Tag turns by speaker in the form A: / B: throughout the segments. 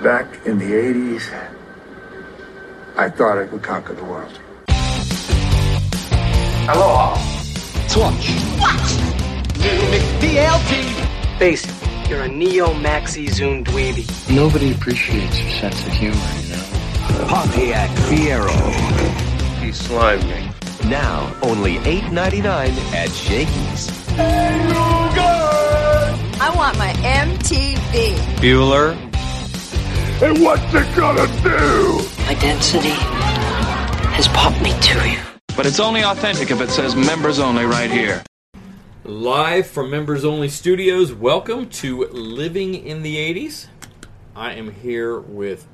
A: Back in the 80s, I thought I could conquer the world.
B: Aloha.
C: Swatch. Watch. Unix DLT.
D: Face it, you're a neo maxi zoom dweeby.
E: Nobody appreciates your sense of humor, you know.
F: Pontiac Fiero.
G: He slimed me.
F: Now only $8.99 at Shakey's.
H: Hey, Luger!
I: I want my MTV.
G: Bueller.
H: And what's it gonna do?
J: My density has popped me to you.
G: But it's only authentic if it says members only right here.
K: Live from Members Only Studios, welcome to Living in the 80s. I am here with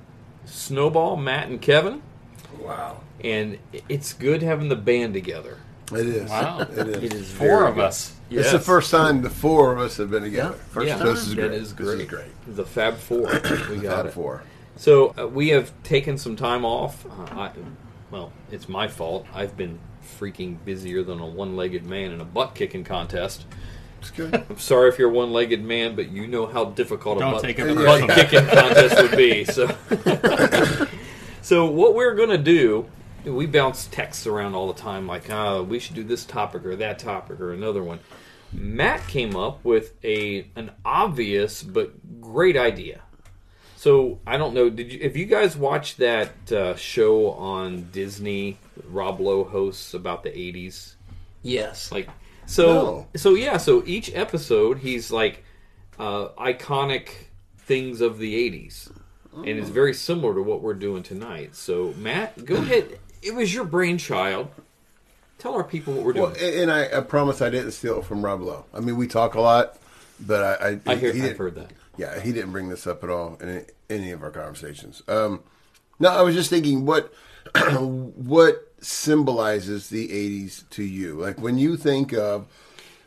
K: Snowball, Matt, and Kevin.
A: Wow.
K: And it's good having the band together.
L: It is.
K: Wow. It is.
L: It is
K: four of good. us.
L: Yes. It's the first time the four of us have been together. Yeah. First
K: yeah.
L: time. This is great.
K: Is great. This is
L: great.
K: The Fab Four. We got
L: Fab
K: it.
L: Four.
K: So uh, we have taken some time off. Uh, I, well, it's my fault. I've been freaking busier than a one-legged man in a butt-kicking contest. I'm sorry if you're a one-legged man, but you know how difficult
M: Don't
K: a
M: butt,
K: butt kicking contest would be. So, so what we're gonna do, we bounce texts around all the time, like, oh, we should do this topic or that topic or another one. Matt came up with a an obvious but great idea. So I don't know. Did you, if you guys watched that uh, show on Disney, Rob Lowe hosts about the '80s?
M: Yes.
K: Like so, no. so yeah. So each episode, he's like uh, iconic things of the '80s, oh. and it's very similar to what we're doing tonight. So Matt, go ahead. It was your brainchild. Tell our people what we're doing.
L: Well, and I, I, promise I didn't steal it from Rob Lowe. I mean, we talk a lot, but I, I,
K: I hear, he I've heard that.
L: Yeah, he didn't bring this up at all in any of our conversations. Um, no, I was just thinking what what symbolizes the 80s to you? Like when you think of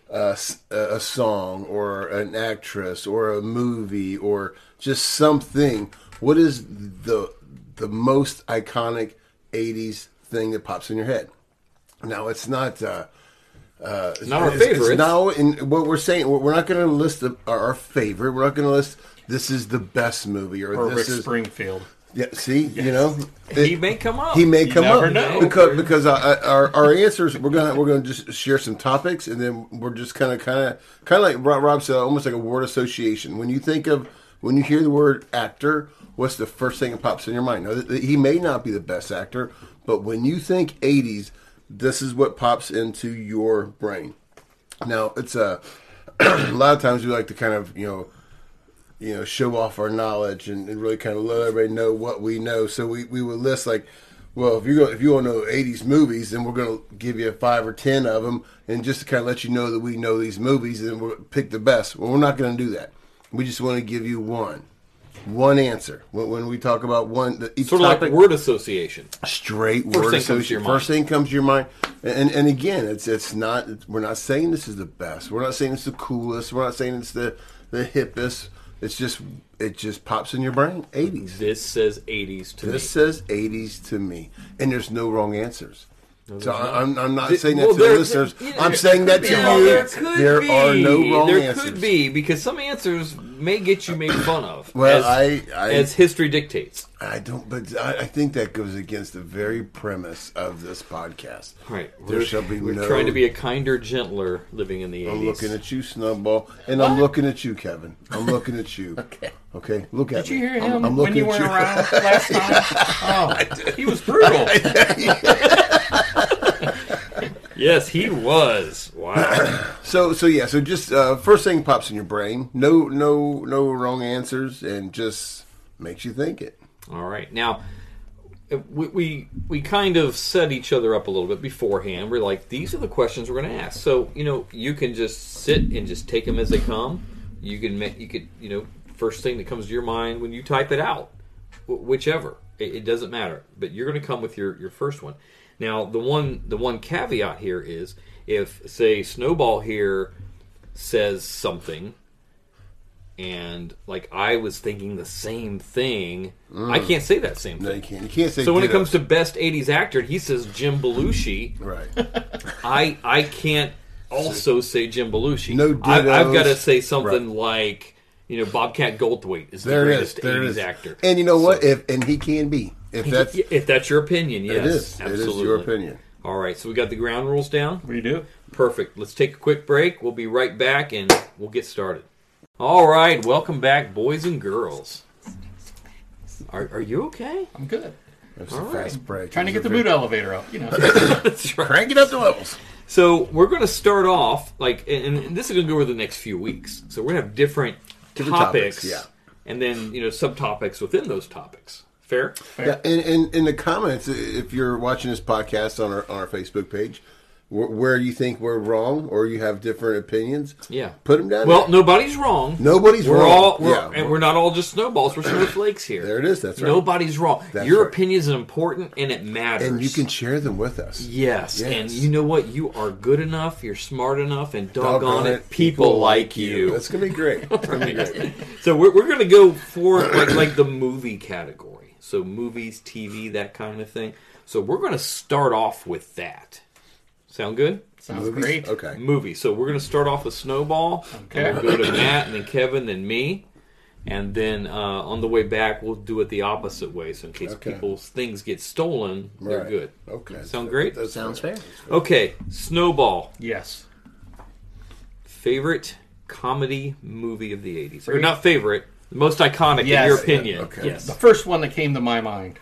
L: a, a, song or an actress or a movie or just something, what is the the most iconic 80s thing that pops in your head? Now, it's not. Uh, uh,
K: it's not our favorite.
L: Now, in what we're saying, we're not going to list the, our favorite. We're not going to list this is the best movie or,
M: or
L: this
M: Rick
L: is
M: Springfield.
L: Yeah, see, yes. you know,
K: it, he may come up.
L: He may come up
K: know.
L: because because I, I, our our answers we're gonna we're gonna just share some topics and then we're just kind of kind of kind of like Rob said, almost like a word association. When you think of when you hear the word actor, what's the first thing that pops in your mind? Now, th- th- he may not be the best actor, but when you think '80s, this is what pops into your brain. Now, it's a, a lot of times we like to kind of you know you know, show off our knowledge and, and, really kind of let everybody know what we know. So we, we would list like, well, if you go, if you want to know '80s movies, then we're going to give you five or ten of them, and just to kind of let you know that we know these movies, and then we'll pick the best. Well, we're not going to do that. We just want to give you one, one answer. When, when we talk about one, the,
K: each sort of topic, like word association,
L: straight First word association. First thing comes to your mind, and, and and again, it's it's not. It's, we're not saying this is the best. We're not saying it's the coolest. We're not saying it's the the hippest. It's just it just pops in your brain. Eighties.
K: This says eighties to
L: this
K: me.
L: This says eighties to me, and there's no wrong answers. No, so I, I'm, I'm, not
K: Th-
L: saying that well, to the listeners. Th- I'm saying that to you.
K: There,
L: there are
K: be.
L: no wrong
K: there
L: answers.
K: There could be because some answers may get you made fun of.
L: well,
K: as,
L: I, I,
K: as history dictates.
L: I don't, but I, I, think that goes against the very premise of this podcast.
K: Right.
L: There
K: we're,
L: shall be
K: we're
L: no,
K: trying to be a kinder, gentler living in the 80s.
L: I'm looking at you, Snowball, and I'm looking at you, Kevin. I'm looking at you.
M: okay.
L: Okay. Look at
M: Did
L: me.
M: you hear him
L: I'm, I'm
M: when you
L: at
M: weren't around last time? Oh, he was brutal.
K: yes, he was. Wow.
L: so so yeah. So just uh, first thing pops in your brain. No no no wrong answers, and just makes you think it.
K: All right. Now we, we we kind of set each other up a little bit beforehand. We're like, these are the questions we're going to ask. So you know, you can just sit and just take them as they come. You can make you could you know first thing that comes to your mind when you type it out, whichever it, it doesn't matter. But you're going to come with your your first one. Now the one the one caveat here is if say Snowball here says something and like I was thinking the same thing. Mm. I can't say that same thing.
L: No, you can't. You can't say.
K: So when
L: dittos.
K: it comes to best '80s actor, and he says Jim Belushi.
L: Right.
K: I I can't also say Jim Belushi.
L: No dittos.
K: I, have got to say something
L: right.
K: like You know, Bobcat Goldthwait is
L: There
K: the
L: it
K: greatest
L: is. There it
K: 80s
L: is.
K: actor.
L: And you know what? If and he can be. If that's
K: if that's your opinion, yes,
L: It is. It is
K: absolutely.
L: your opinion.
K: All right, so we got the ground rules down.
M: We do.
K: Perfect. Let's take a quick break. We'll be right back, and we'll get started. All right, welcome back, boys and girls. Are, are you okay?
M: I'm good.
L: That's
K: All
L: a
K: right.
L: fast break.
M: Trying to get the
L: boot
M: boot elevator up, you know.
K: That's right.
L: Crank it up to levels.
K: So we're going to start off like, and, and this is going to go over the next few weeks. So we're going to have different,
L: Different
K: topics,
L: topics, yeah.
K: and then you know subtopics within those topics. Fair?
L: Yeah, and, and in the comments, if you're watching this podcast on our on our Facebook page, where, where you think we're wrong or you have different opinions,
K: Yeah.
L: put them down.
K: Well,
L: there.
K: nobody's wrong.
L: Nobody's
K: we're
L: wrong.
K: All, we're,
L: Yeah.
K: and we're not all just snowballs. We're snowflakes here.
L: there it is. That's right.
K: Nobody's wrong.
L: That's
K: Your
L: right.
K: opinion is important and it matters.
L: and you can share them with us.
K: Yes,
L: Yes.
K: and you know what? You are good enough. You're smart enough, and doggone,
L: Doggone
K: it, people, like you.
L: That's gonna be great. It's gonna be great.
K: So we're, we're going to go for like like the movie category. So movies, TV, that kind of thing. So we're going to start off with that. Sound good?
M: Sounds great.
L: Okay.
K: Movie. So we're going to start off with Snowball. And we'll go to Matt and then Kevin and me. And then uh, on the way back, we'll do it the opposite way. So in case
L: Okay.
K: people's things get stolen, they're
L: Right.
K: good.
L: Okay.
K: Sound great?
L: That
E: Sounds fair.
K: Okay. Snowball.
M: Yes.
K: Favorite comedy movie of the 80s. Or not favorite. Most iconic in
M: Yes.
K: your opinion.
L: Okay.
K: Yes.
M: The first one that came to my mind.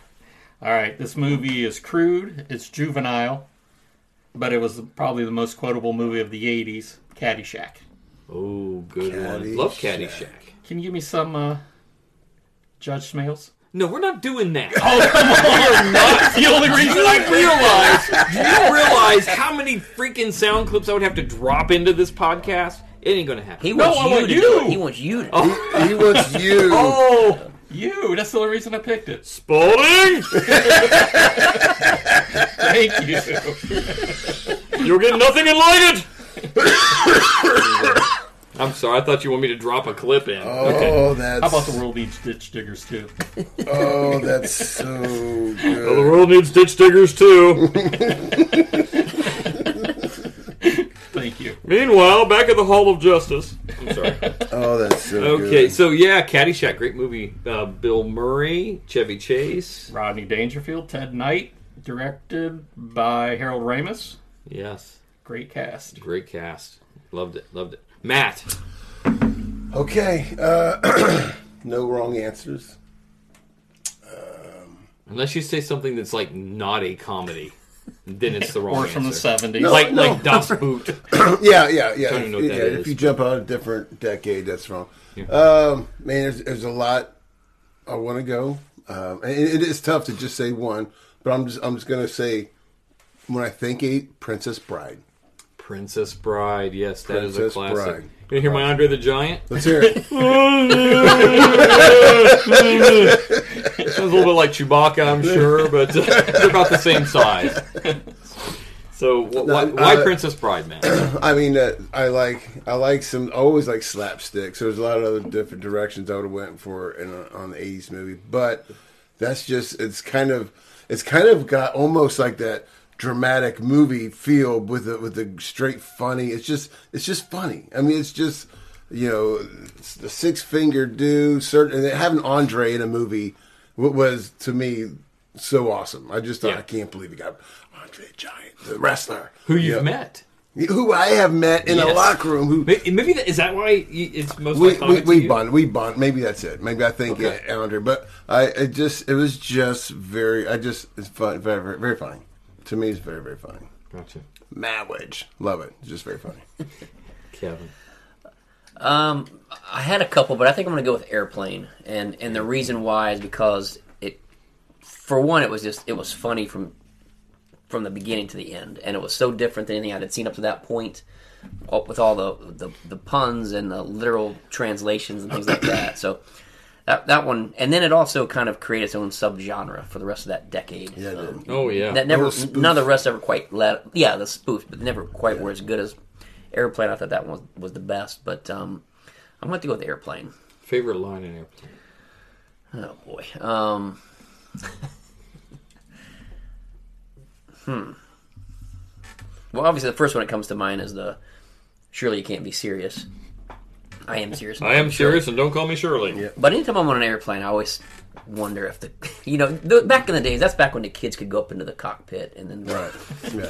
M: All right, this movie is crude, it's juvenile, but it was probably the most quotable movie of the 80s, Caddyshack.
K: Oh, good one. Love Caddyshack.
M: Can you give me some uh, Judge Smales?
K: No, we're not doing that.
M: That's the only reason
K: Do you realize? Do you realize how many freaking sound clips I would have to drop into this podcast? It ain't gonna happen.
E: He wants
M: I
E: you
M: want
E: to
M: you.
E: do it. He wants you to do it.
L: He wants you.
M: Oh, you. That's the only reason I picked it.
K: Spalding,
M: Thank you.
K: you'll get nothing in like it. I'm sorry. I thought you wanted me to drop a clip in.
L: Oh, that's
M: How about the World Beach Ditch Diggers, too?
L: oh, that's so good.
K: The world needs ditch diggers too.
M: Thank you.
K: Meanwhile, back at the Hall of Justice. I'm sorry.
L: Oh, that's so
K: Okay,
L: good.
K: so yeah, Caddyshack, great movie. Uh, Bill Murray, Chevy Chase.
M: Rodney Dangerfield, Ted Knight, directed by Harold Ramis.
K: Yes,
M: Great cast.
K: great cast. Loved it. Loved it. Matt.
L: Okay. Uh, no wrong answers.
K: Unless you say something that's like not a comedy, then it's the wrong
M: Or
K: answer.
M: from the 70s.
K: Like
L: No.
K: like Das Boot.
L: yeah, yeah, yeah.
K: Don't even know what
L: If-
K: that
L: yeah,
K: is.
L: If you jump out a different decade, that's wrong. Um, man, there's, there's a lot I want to go. Um, and it, it is tough to just say one, but I'm just I'm just gonna say when I think eight, Princess Bride.
K: Princess Bride. Yes, that is
L: Princess
K: a classic.
L: Bride.
K: You gonna hear my Andre the Giant?
L: Let's hear it.
K: Sounds a little bit like Chewbacca, I'm sure, but uh, they're about the same size. So wh- why, why
L: uh,
K: Princess Bride, man?
L: I mean, uh, I like I like some I always like slapstick. So there's a lot of other different directions I would have went for in a, on the '80s movie, but that's just it's kind of it's kind of got almost like that dramatic movie feel with the, with the straight funny. It's just it's just funny. I mean, it's just you know it's the six finger dude. Certain and having Andre in a movie wa- was to me so awesome. I just thought
K: Yeah.
L: I can't believe he got Andre the Giant, the wrestler
K: Who you've
L: Yeah
K: met?
L: who I have met in a
K: Yes.
L: locker room. Who
K: May- Maybe that, is that why y- it's most
L: we
K: iconic
L: we,
K: to
L: we
K: you?
L: bond, we bond. Maybe that's it. Maybe I think
K: Okay.
L: uh, Andre, but I it just it was just very. I just it's fun, very very very funny. To me, it's very very funny.
K: Gotcha,
L: Marriage, love it. It's just very funny.
K: Kevin.
E: Um, I had a couple, but I think I'm going to go with airplane. And and the reason why is because it, for one, it was just it was funny from from the beginning to the end, and it was so different than anything I had seen up to that point, all- with all the the, the puns and the literal translations and things like that. So. That, that one, and then it also kind of created its own subgenre for the rest of that decade.
L: Yeah, it
E: Um,
L: did.
K: Oh yeah,
E: that never
L: Little spoof.
E: none of the rest ever quite let yeah the spoof but never quite were as good as airplane i thought that one was, was the best but um i'm going to go with airplane
K: favorite line in Airplane.
E: oh boy um hmm well obviously the first one that comes to mind is the surely you can't be serious I am serious.
K: I am serious, and don't call me Shirley.
E: But anytime I'm on an airplane, I always wonder if the, you know, th back in the days, that's back when the kids could go up into the cockpit and then right.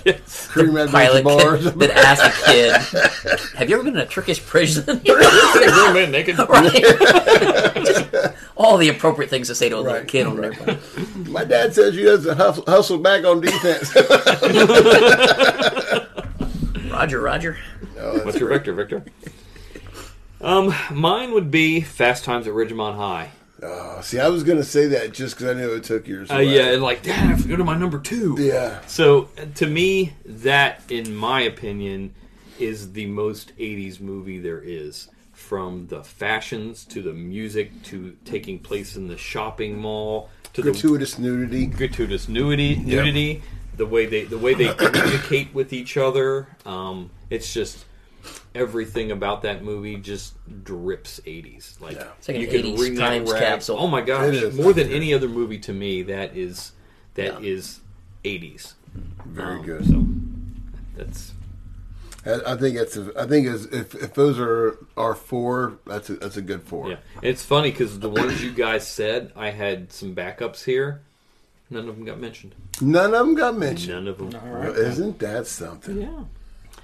L: yeah. Cream
E: the
L: egg
E: pilot
L: bars.
E: could, that asked the kid, "Have you ever been in a Turkish prison?"
K: man naked.
E: right. Just all the appropriate things to say to a little kid on an airplane.
L: My dad says you guys hustle, hustle back on defense.
E: Roger, Roger.
K: What's your vector, Victor? Um, mine would be Fast Times at Ridgemont High.
L: Oh, see, I was gonna say that just because I knew it took years.
K: Uh, yeah, and like, damn, I have to go to my number two.
L: Yeah.
K: So uh, to me, that, in my opinion, is the most '80s movie there is. From the fashions to the music to taking place in the shopping mall to
L: gratuitous nudity,
K: gratuitous nudity, nudity, the way they the way they communicate with each other. Um, it's just everything about that movie just drips 80s. Like
E: It's like an 80s times
K: rag.
E: capsule.
K: Oh my gosh,
L: It is.
K: more than any other movie to me that is that is 80s.
L: Very
K: Um,
L: good.
K: So that's
L: I, I think that's. A, I think is if, if those are are four, that's a, that's a good four.
K: yeah. It's funny cuz the ones you guys said, I had some backups here. None of them got mentioned.
L: None of them got mentioned.
K: None of them.
L: Well, isn't that something?
K: Yeah.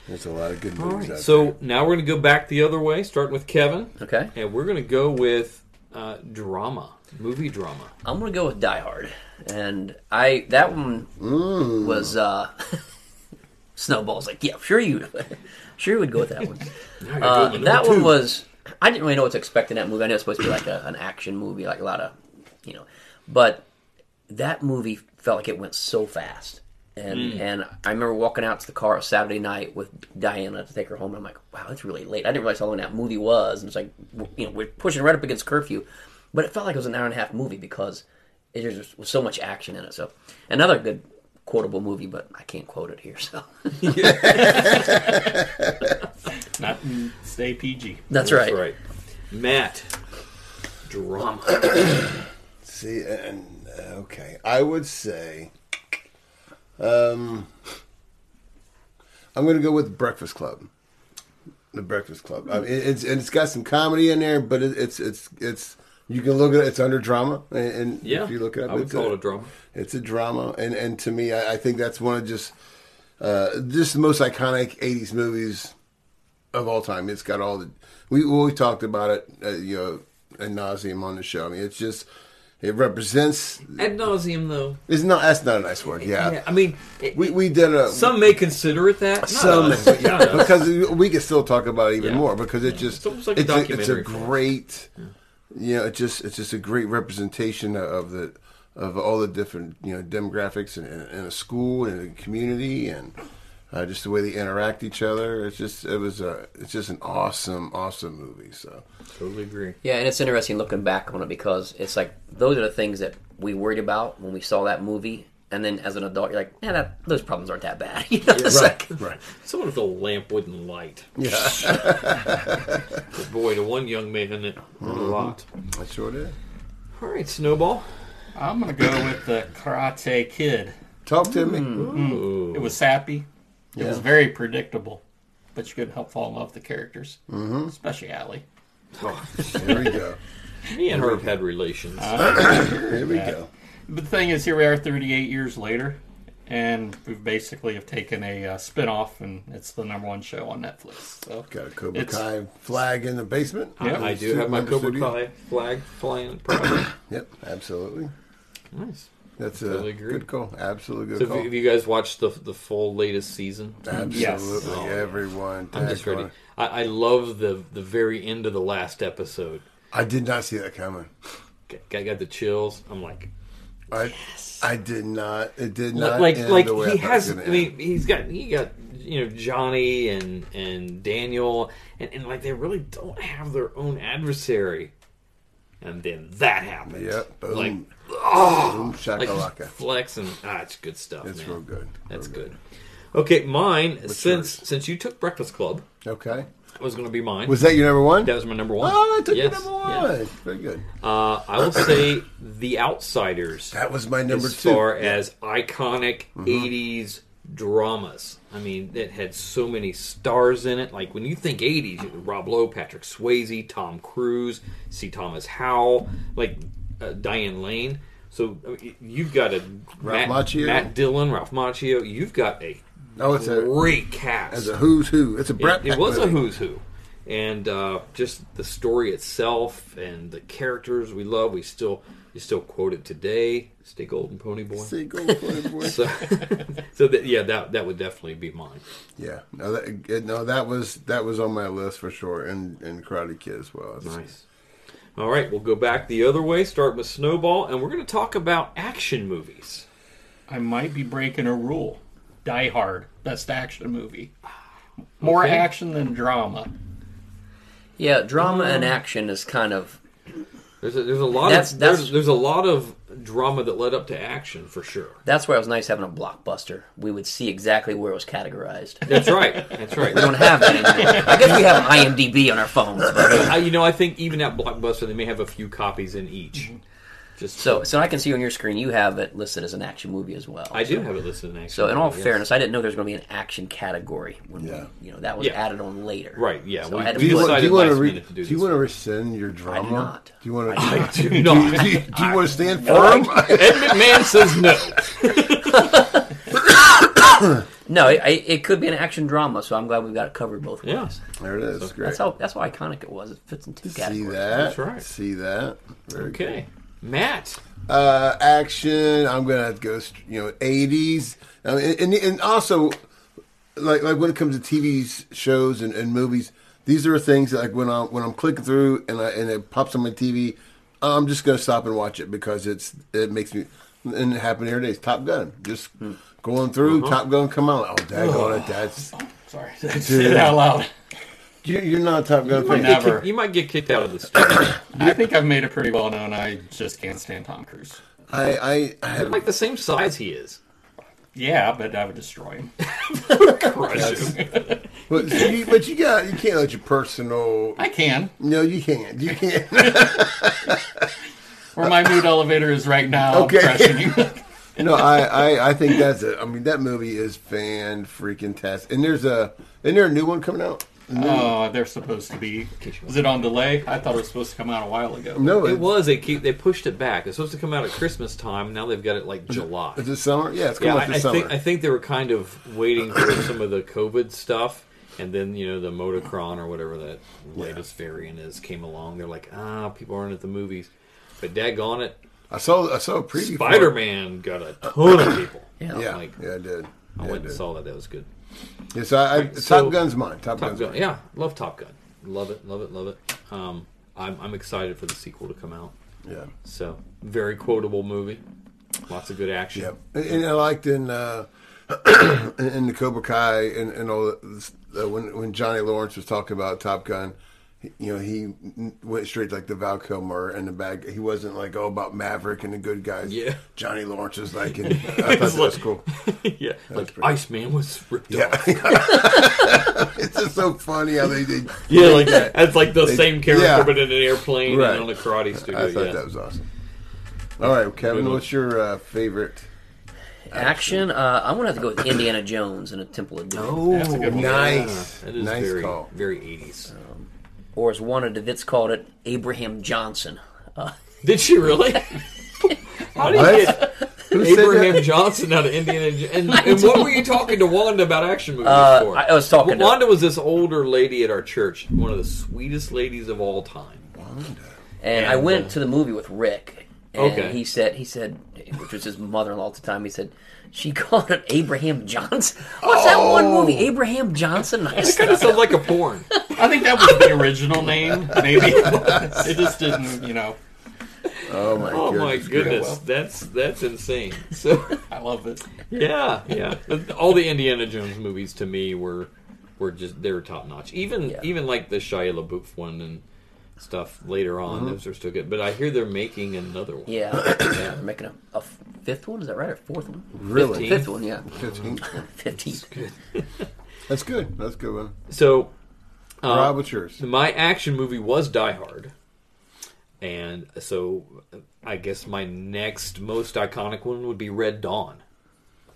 L: There's a lot of good
K: All
L: movies.
K: right.
L: out
K: So now we're going to go back the other way, starting with Kevin,
E: Okay,
K: and we're going to go with uh, drama, movie drama.
E: I'm gonna go with Die Hard, and I that one was uh, Snowball's like, yeah, sure you, sure you would go with that one. Uh, that one was I didn't really know what to expect in that movie. I knew it was supposed to be like a, an action movie, like a lot of, you know, but that movie felt like it went so fast. And and I remember walking out to the car Saturday night with Diana to take her home. And I'm like, wow, it's really late. I didn't realize how long that movie was. And it's like, w- you know, we're pushing right up against curfew, but it felt like it was an hour and a half movie because it just was so much action in it. So another good quotable movie, but I can't quote it here. So
M: Not stay PG.
E: that's,
K: That's
E: right.
K: right. Matt, drama.
L: See, and uh, okay, I would say, um, I'm going to go with Breakfast Club. The Breakfast Club. I mean, it- it's and it's got some comedy in there, but it, it's it's it's you can look at it. It's under drama, and, and
K: yeah,
L: if you look it up,
K: I would
L: it's
K: call it a drama.
L: It's a drama, and and to me, I, I think that's one of just uh, just the most iconic '80s movies of all time. It's got all the we we talked about it, uh, you know, ad nauseum on the show. I mean, it's just it represents.
K: Ad nauseum, though.
L: It's not that's not a nice word. Yeah,
K: Yeah, I mean, it-
L: we we did a
K: some may consider it that. Not
L: some
K: us.
L: but
K: Not
L: yeah,
K: us.
L: because we can still talk about it even
K: Yeah.
L: more because it just
K: It's almost like a
L: it's, a, it's a
K: documentary for us.
L: great you know it just it's just a great representation of the of all the different you know demographics in, in, in a school and a community and uh, just the way they interact each other it's just it was a it's just an awesome awesome movie so
K: totally agree.
E: Yeah, and it's interesting looking back on it because it's like those are the things that we worried about when we saw that movie, and then as an adult, you're like, yeah, that, those problems aren't that bad. You know, it's like,
L: right
K: Someone with a lamp wouldn't light. Yeah. Boy, to one young man, it meant a lot.
L: that sure did
K: All right, Snowball.
M: I'm gonna go with the Karate Kid.
L: talk to me
K: Hmm. Ooh.
M: It was sappy. It was very predictable, but you couldn't help fall in love with the characters, mm-hmm. especially Allie.
L: here we go
K: Me and Herb had relations.
L: here we go
M: But the thing is, here we are 38 years later, and we've basically have taken a uh, spin-off, and it's the number one show on Netflix. So
L: got a Cobra
M: It's-
L: Kai flag in the basement
M: Yeah.
K: I do have my
L: Under
K: Cobra
L: studio.
K: Kai flag flying proud.
L: yep absolutely
K: nice.
L: that's a
K: Totally agree.
L: good call absolutely good
K: So
L: call
K: have you- have you guys watched the the full latest season?
L: Absolutely,
M: Yes.
K: Oh, yeah.
L: everyone.
K: I'm just
L: Daggone
K: ready.
L: it.
K: I, I love the the very end of the last episode.
L: I did not see that coming.
K: G- I got the chills. I'm like,
L: I, I did not. It did not.
K: like
L: end
K: like
L: the way I
K: he
L: thought it was
K: has. I
L: gonna end.
K: mean, he's got he got you know Johnny and and Daniel and, and like they really don't have their own adversary. And then that happened.
L: Yep. Boom.
K: Like oh,
L: boom.
K: like just
L: Shakalaka.
K: flex and ah, it's good stuff.
L: It's
K: man.
L: real good.
K: That's
L: Real
K: good. Okay, mine since
L: yours?
K: since you took Breakfast Club
L: Okay.
K: that was going to be mine.
L: Was that your number one?
K: that was my number one.
L: oh, I took your
K: Yes,
L: number
K: yes.
L: one. Very good.
K: Uh, I will say The Outsiders
L: That was my number Mm-hmm.
K: as
L: two.
K: far as iconic 80s dramas. I mean, it had so many stars in it. Like when you think '80s, you Rob Lowe, Patrick Swayze, Tom Cruise, C. Thomas Howell, like uh, Diane Lane. So I mean, you've got a Matt,
L: Ralph Macchio.
K: Matt Dillon, Ralph Macchio. You've got a
L: Oh, it's a-
K: great cast.
L: it's a who's who. It's a Brat
K: It, it
L: Pack
K: was a
L: movie.
K: who's who, and uh, just the story itself and the characters we love. We still you still quote it today. Stay golden, pony boy.
L: Stay golden, pony boy.
K: so, so that, yeah, that that would definitely be mine.
L: Yeah, no, that, no, that was that was on my list for sure, and and Karate Kid as well.
K: Nice. All right, we'll go back the other way. Start with Snowball, and we're going to talk about action movies.
M: I might be breaking a rule. Die Hard, best action movie. More
E: Okay.
M: action than drama.
E: Yeah, drama and action is kind of
K: There's a, there's a lot
E: That's-
K: of
E: that's-
K: there's, there's a lot of drama that led up to action for sure.
E: that's why it was nice having a blockbuster. We would see exactly where it was categorized.
K: That's right. That's right.
E: We don't have that anymore. I guess we have IMDb on our phones. But
K: I, you know, I think even at Blockbuster, they may have a few copies in each. Just
E: Mm-hmm. so, so I can see on your screen you have it listed as an action movie as well.
K: I do
E: So-
K: have it listed in action.
E: So, in all
K: movie, yes.
E: fairness, I didn't know there was going to be an action category when we, you know, that was
K: Yeah.
E: added on later.
K: Right, yeah,
E: So
K: we-
E: I had to
K: we
E: put-
K: decided
L: Do you want to
K: last
L: re-
K: minute to do
L: do,
K: this
L: you want to rescind your drama?
E: not.
L: Do you want to?
K: I do
L: you-
K: not.
L: Do you, do you want to stand
K: All
L: firm?
K: right. Ed McMahon says no.
E: No, it, I- it could be an action drama. So I'm glad we've got it covered both ways.
K: Yeah.
L: There it is. Great.
E: That's how. That's how iconic it was. It fits in two
L: See
E: categories.
L: that?
K: That's right.
L: See that? Very
K: Okay, Matt.
L: cool. Uh, action. I'm gonna have to go. str- You know, 80s. I mean, and, and also, like like when it comes to TV s- shows and, and movies, these are things that like when I when I'm clicking through and I, and it pops on my TV, I'm just gonna stop and watch it because it's it makes me. And it happened every day. It's Top Gun. Just going through. Top Gun come out. Oh, daggone it! That's
M: Oh, Sorry, I said
L: Dude.
M: it out loud.
L: you, you're not a Top Gun
K: You might,
L: fan.
K: get
M: Never.
K: kicked, you might get kicked out of the studio.
M: I think I've made it pretty well known. I just can't stand Tom Cruise.
L: I I, I
K: You're
L: have
K: like the same size he is.
M: Yeah, but I would destroy him.
L: But you, but you got you can't let your personal.
M: I can.
L: No, you can't. You can't.
M: Where my mood elevator is right now.
L: Okay.
M: Crushing you.
L: no, I, I I think that's it. I mean, that movie is fan freaking test. And there's a isn't there a new one coming out?
M: Oh, they're supposed to be. Is it on delay? I thought it was supposed to come out a while ago.
L: No,
K: It
L: it was.
K: was. They keep, they pushed it back. It's supposed to come out at Christmas time. Now they've got it like July.
L: Is it summer? Yeah, it's coming
K: Yeah, I,
L: out this
K: I
L: summer.
K: think I think they were kind of waiting for some of the COVID stuff, and then you know the Motocron or whatever that latest variant is came along. They're like, ah, people aren't at the movies, but daggone it,
L: I saw I saw a preview. for it.
K: Spider Man got a ton of people.
E: Yeah.
L: Yeah,
K: Like,
L: yeah, I did.
K: I
L: Yeah, I
K: went and
L: did.
K: saw that. That was good.
L: Yeah, so I, I,
K: so-
L: Top Gun's mine. Top,
K: Top
L: Gun's
K: Gun,
L: mine.
K: yeah, love Top Gun, love it, love it, love it. Um, I'm I'm excited for the sequel to come out.
L: Yeah.
K: So very quotable movie, lots of good action.
L: Yep. And, and I liked in uh, in, in the Cobra Kai and, and all the, uh, when when Johnny Lawrence was talking about Top Gun, he- you know, he went straight to, like the Val Kilmer and the bag. He wasn't like all about Maverick and the good guys.
K: Yeah.
L: Johnny Lawrence was like, and I thought that was cool.
K: yeah, like Iceman was ripped off.
L: Yeah. it's just so funny how they did.
K: Yeah, like that's like the same character,
L: yeah.
K: but in an airplane
L: Right.
K: and on a karate studio.
L: I thought
K: yeah.
L: that was awesome. All right, Kevin,
K: one.
L: what's your uh, favorite?
E: Action. Uh, I'm gonna have to go with Indiana Jones and a Temple of Doom,
M: That's a good one.
L: nice,
K: That is
L: nice
K: very,
L: call.
K: very 80s.
E: or as one of DeWitt's called it, Abraham Johnson. Uh,
K: Did she really? How did you
L: What?
K: get
L: Who said
K: Abraham
L: that?
K: Johnson out of Indiana J- And, and what were you talking to Wanda about action movies
E: Uh,
K: for?
E: I- I was talking to-
K: Wanda was this older lady at our church, one of the sweetest ladies of all time.
E: and I
K: And,
E: went
K: uh,
E: to the movie with Rick, and
K: Okay.
E: he said he said, which was his mother-in-law at the time. He said she called it Abraham Johnson. What's that one
L: Oh.
E: movie? Abraham Johnson. I
K: That kind of sounds like a porn.
M: I think that was the original name, maybe. it just didn't, you know.
L: Oh my,
K: Oh my
L: goodness.
K: goodness,
M: well.
K: that's that's insane. So
M: I love it.
K: yeah, yeah. All the Indiana Jones movies to me were were just they were top notch. Even
E: Yeah.
K: even like the Shia LaBeouf one and stuff later on, those are still good. But I hear they're making another one.
E: Yeah, yeah, they're making a, a fifth one. Is that right? Or fourth one?
L: Really?
E: Fifth, fifth one, yeah.
L: 15.
E: Fifteenth.
L: That's good. That's a good one.
K: So uh,
L: Rob, what's yours?
K: my action movie was Die Hard, and so I guess my next most iconic one would be Red Dawn.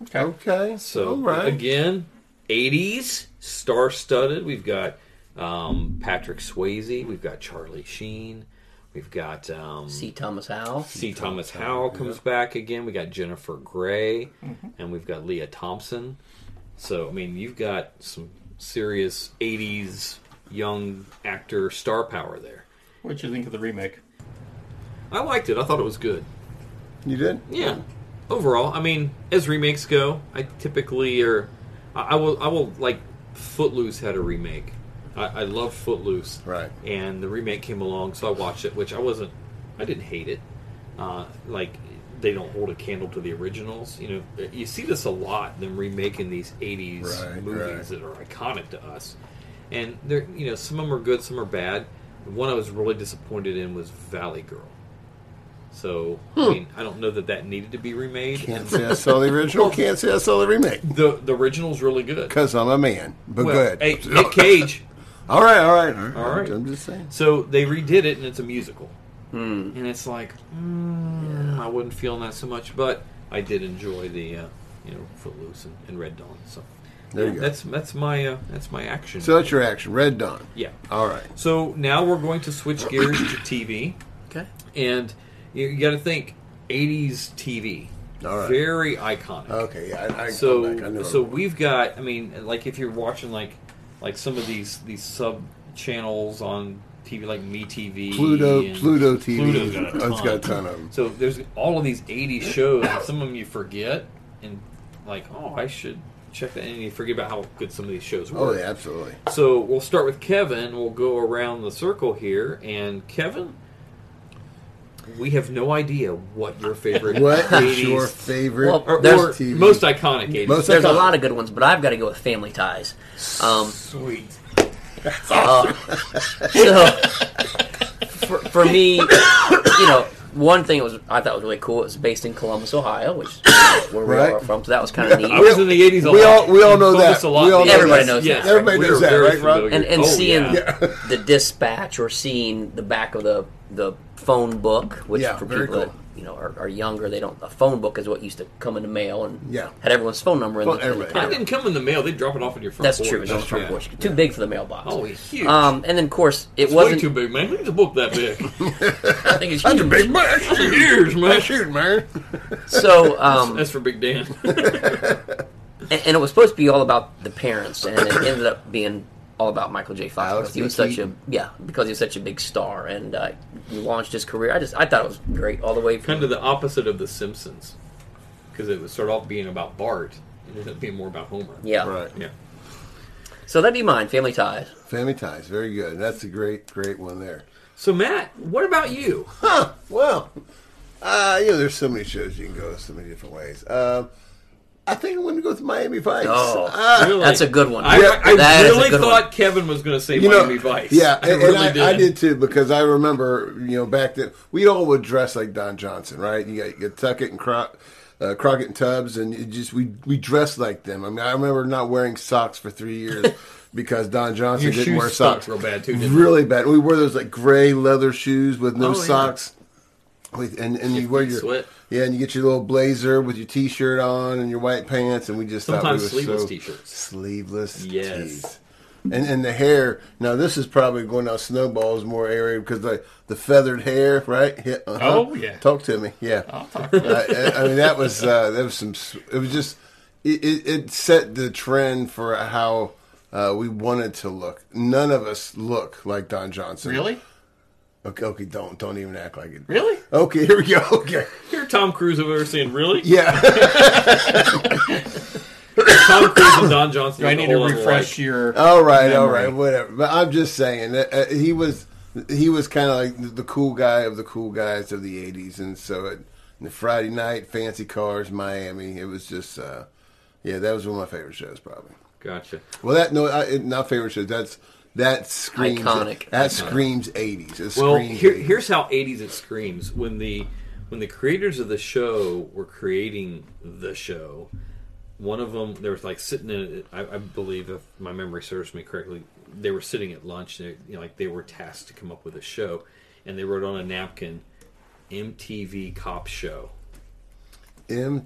M: Okay.
L: Okay.
K: So
L: All right.
K: again, eighties star studded. We've got um, Patrick Swayze. We've got Charlie Sheen. We've got um,
E: C. Thomas Howell.
K: C. Thomas Howell comes back again. We got Jennifer Grey,
L: Mm-hmm.
K: and we've got Leah Thompson. So I mean, you've got some serious '80s young actor star power there.
M: What'd you think of the remake?
K: I liked it. I thought it was good.
L: You did?
K: Yeah. Overall, I mean, as remakes go, I typically are. I, I will. I will like. Footloose had a remake. I, I love Footloose.
L: Right.
K: And the remake came along, so I watched it, which I wasn't. I didn't hate it. Uh, like they don't hold a candle to the originals. You know, Uh, you see this a lot. Them remaking these '80s
L: Right,
K: movies that are iconic to us, and they're you know some of them are good, some are bad. The one I was really disappointed in was Valley Girl. So I mean, I don't know that that needed to be remade.
L: Can't say I saw the original. Can't say I saw the remake.
K: The the original's really good.
L: Because I'm a man. But
K: Well,
L: good.
K: Hey, Nick Cage.
L: all right, all right.
K: All right.
L: I'm just saying.
K: So they redid it, and it's a musical,
L: Hmm.
K: and it's like mm, I wasn't feeling that so much, but I did enjoy the uh, you know Footloose and, and Red Dawn. So
L: There you
K: yeah,
L: go.
K: That's that's my uh, that's my action.
L: So that's your action. Red Dawn.
K: yeah.
L: All right.
K: So now we're going to switch gears to TV.
E: Okay.
K: And you, you got to think 80s TV.
L: All right.
K: Very iconic.
L: Okay, yeah, I- I- I'm back. I
K: so
L: know.
K: so we've got I mean like if you're watching like like some of these these sub channels on TV like Me TV
L: Pluto-
K: and-
L: Pluto TV.
K: Pluto's got a ton.
L: It's got a ton of 'em.
K: So there's all of these 80s shows and some of them you forget and like oh I should check that and you forget about how good some of these shows were.
L: Oh, yeah, absolutely.
K: So we'll start with Kevin. We'll go around the circle here, and Kevin, we have no idea what your favorite.
L: What is
K: 80s
L: your favorite
E: Well,
K: or,
E: there's
K: or
L: TV?
K: most iconic 80s?
L: Most
E: There's a
L: iconic.
E: lot of good ones, but I've got to go with Family Ties. Um,
M: Sweet.
E: so for, for me, you know, one thing was I thought was really cool. It was based in Columbus, Ohio, which is where
L: Right.
E: we are from. So that was kind of neat.
K: I was Oh, in the 80s. A
L: we
K: lot.
L: all- we all know
K: Told
L: that.
K: us A lot
L: We all
K: in the
E: know Everybody
K: 80s.
E: knows
K: Yes,
E: that.
L: Everybody
K: we
L: knows
K: were
L: that,
K: very
L: right, Rob?
K: familiar.
E: and and
K: Oh,
E: seeing
K: yeah.
E: the dispatch or seeing the back of the the phone book, which
L: Yeah,
E: for
L: very
E: people that
L: cool.
E: you know are, are younger, they don't. A phone book is what used to come in the mail and
L: Yeah.
E: had everyone's phone number in
L: Well,
E: the, in the
L: everybody.
K: It
E: town.
K: didn't come in the mail. They drop it off in your front
E: That's
K: porch.
E: true. That's true.
L: yeah.
E: Bush. Too big for the mailbox.
K: Oh, it's huge.
E: Um, and then of course it
K: it's way
E: wasn't.
K: too big, man. Look at the book that big.
E: I think it's
L: That's a
E: huge.
L: big man.
K: Years, man.
L: That's huge, man.
E: So um,
K: That's for Big Dan.
E: and, and it was supposed to be all about the parents, and it ended up being all about Michael J. Fox
L: Alex
E: because he was
L: B.
E: such a yeah because he was such a big star and uh, he launched his career. I just I thought it was great all the way from
K: kind of the opposite of The Simpsons, because it would start off being about Bart, and it ended up being more about Homer.
E: yeah.
L: Right.
K: Yeah.
E: So that'd be mine. Family Ties.
L: Family Ties. Very good. That's a great, great one there.
K: So Matt, what about you?
L: Huh. Well, uh, you know, there's so many shows you can go so many different ways. Um, I think I'm going to go with Miami Vice.
E: Oh,
L: Uh,
K: Really?
E: That's a good one.
K: I, I
E: That is a
K: really
E: good
K: thought
E: one.
K: Kevin was going to say
L: you know,
K: Miami Vice.
L: Yeah,
K: I
L: and,
K: really
L: and I,
K: did.
L: I did too because I remember you know back then we all would dress like Don Johnson, right? You got, you got Tuckett and Croc, uh, Crockett and Tubbs, and it just we we dressed like them. I mean, I remember not wearing socks for three years. Because Don Johnson
K: Your
L: didn't
K: shoes
L: wear socks,
K: stunk real bad, too, didn't they?
L: really bad. We wore those like gray leather shoes with no
K: Oh, yeah.
L: socks, with, and and you
K: Your
L: wear
K: feet
L: your
K: sweat.
L: yeah, and you get your little blazer with your t-shirt on and your white pants, and we just thought
K: Sometimes
L: we were
K: sleeveless
L: so
K: t-shirts.
L: sleeveless
K: Yes.
L: tees and and the hair. Now this is probably going down snowballs more area because the the feathered hair, right? Yeah, uh-huh.
M: Oh, yeah.
L: Talk to me, yeah. I, I- I mean that was uh, that was some. s- It was just it, it, it set the trend for how uh, we wanted to look. None of us look like Don Johnson.
M: Really?
L: Okay, okay. Don't don't even act like it.
M: Really?
L: Okay, here we go. Okay,
K: Here, Tom Cruise over there saying, "Really?"
L: yeah.
K: Tom Cruise and Don Johnson.
M: Do I
K: have a
M: need to
K: whole lot of
M: refresh
K: like-
M: your?
L: all right, all
M: memory?
L: right, whatever. But I'm just saying that uh, he was he was kind of like the cool guy of the cool guys of the '80s, and so it, the Friday night, fancy cars, Miami. It was just, uh, yeah, that was one of my favorite shows, probably.
K: Gotcha.
L: Well, that no, I, it- not favorite shows. That's that screams
E: Iconic.
L: That screams '80s. It
K: Well,
L: screams
K: here,
L: 80s.
K: here's how '80s it screams when the when the creators of the show were creating the show. One of them, they were like sitting in. I, I believe, if my memory serves me correctly, they were sitting at lunch. And they, you know, like they were tasked to come up with a show, and they wrote on a napkin, "MTV Cop Show."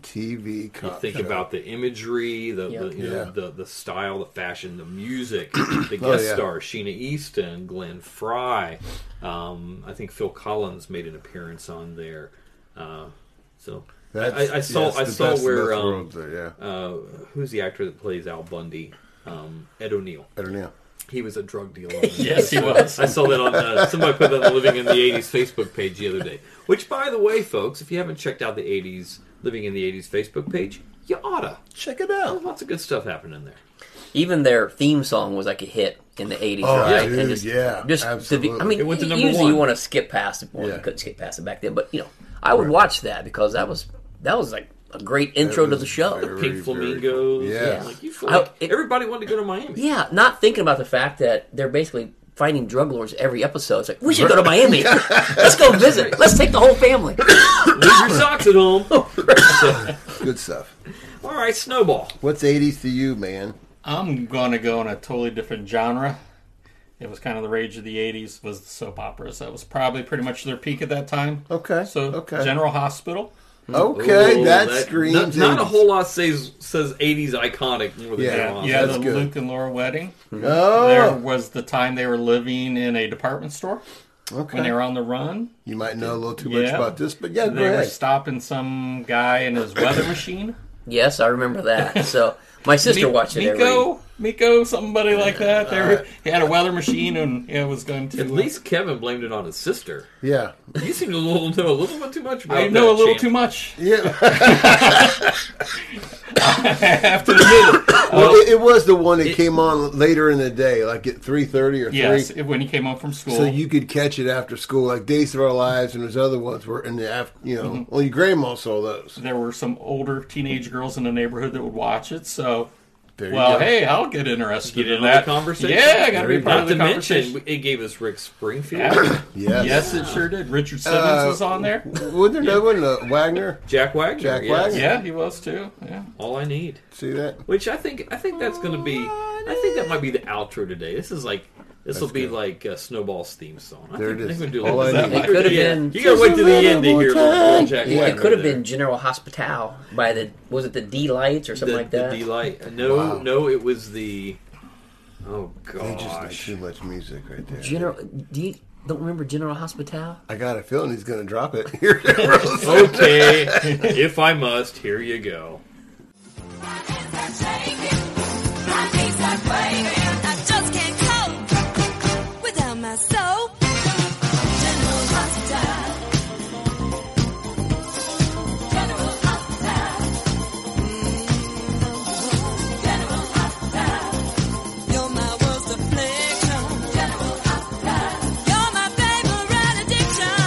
L: MTV Cop
K: you think
L: Show.
K: about the imagery, the the, you know,
L: Yeah.
K: the the style, the fashion, the music, the guest
L: Oh, yeah.
K: stars Sheena Easton, Glenn Fry. Um, I think Phil Collins made an appearance on there. Uh, so I-
L: That's-
K: I, I saw
L: yes,
K: I
L: the
K: saw
L: best of
K: where
L: both
K: um,
L: worlds there,
K: uh, who's the actor that plays Al Bundy? Um, Ed O'Neill.
L: Ed O'Neill.
K: He was a drug dealer.
M: Yes, he was.
K: I saw that on uh, somebody put that on the Living in the '80s Facebook page the other day. Which, by the way, folks, if you haven't checked out the '80s Living in the '80s Facebook page, you oughta
L: check it out.
K: There's lots of good stuff happening there.
E: Even their theme song was like a hit in the '80s,
K: Oh,
E: right?
K: dude,
E: And just,
K: yeah,
E: just To be, I
K: absolutely.
E: mean,
K: It went to number
E: usually
K: one.
E: you want to skip past it. Well, you couldn't skip past it back then, but you know, I would watch that because that was that was like a great intro to the show.
K: Pink flamingos.
E: Yeah.
K: Like, you feel
L: Oh,
E: I-
K: like everybody wanted to go to Miami.
E: Yeah, not thinking about the fact that they're basically fighting drug lords every episode. It's like we should go to Miami. Let's go visit. Let's take the whole family.
K: Leave your socks at home.
L: Oh. Good stuff.
K: All right, Snowball.
L: What's 80s to you, man?
M: I'm going to go in a totally different genre. It was kind of the rage of the 80s was the soap operas. That was probably pretty much their peak at that time.
L: Okay.
M: So General Hospital.
L: Okay,
K: Ooh,
L: that,
K: that-
L: screams.
K: Not, not a
L: 80s.
K: whole lot says says '80s iconic more than
L: Yeah,
K: General Hospital.
M: you had
L: that's
M: the
L: good.
M: Luke and Laura wedding.
L: Oh.
M: There was the time they were living in a department store.
L: Okay.
M: When they were on the run.
L: You might know a little too much about this, but yeah,
M: they
L: go
M: were
L: ahead.
M: stopping some guy in his weather machine.
E: Yes, I remember that. So my sister
M: Mi-
E: watched it.
M: Miko,
E: Every,
M: Miko, somebody like that. They were,
E: Uh,
M: he had a weather machine and yeah, it was going to.
K: At least Kevin blamed it on his sister.
L: Yeah.
K: You seem to little, know a little bit too much about
M: I know
K: that,
M: a little
K: champ.
M: too much.
L: Yeah.
M: I have to admit it.
L: Well, it, it was the one that came on later in the day, like at three thirty or
M: Yes,
L: three.
M: it- when he came home from school.
L: So you could catch it after school, like Days of Our Lives, and there's other ones were in the after, you know.
M: Mhm.
L: Well, your grandma saw those.
M: there were some older teenage girls in the neighborhood that would watch it. So,
L: There you
M: well,
L: go.
M: hey, I'll get interested
K: Get
M: in,
K: in on
M: that
K: the conversation.
M: Yeah, I got to be part
K: Not
M: of the
K: to
M: conversation.
K: Mention, it gave us Rick Springfield.
M: Yeah.
L: Yes.
M: yes, it sure did. Richard Simmons
L: Uh,
M: was on there.
L: Wasn't there another one? Uh, Wagner.
K: Jack Wagner.
L: Jack
K: yes.
L: Wagner.
M: Yeah, he was too. Yeah.
K: All I need.
L: See that?
K: Which I think I think that's going to be. I think that might be the outro today. This is like. This will
L: That's
K: be
L: good.
K: like uh, Snowball's theme song. I
L: There
K: think
L: it is.
K: they're gonna do
L: All
K: a little
L: I
K: bit
E: it
K: of
L: need.
K: that.
E: could have
K: Yeah.
E: been.
K: You gotta wait to the end to hear a little bit of Jack
E: It-
K: Wagner
E: It could have
K: there.
E: been General Hospital by the was it the D lights or something
K: the,
E: like that?
K: The delight. No,
E: Wow.
K: no, it was the. Oh
L: They just did
K: gosh.
L: too much music right there.
E: General, do you don't remember General Hospital?
L: I got a feeling he's going to drop it. Here it is.
K: okay, if I must, here you go.
J: My knees are quaking. I just can't cope without my soap. General Hospital. General Hospital. Mm, General Hospital. You're my worst affliction. General Hospital. You're my favorite addiction.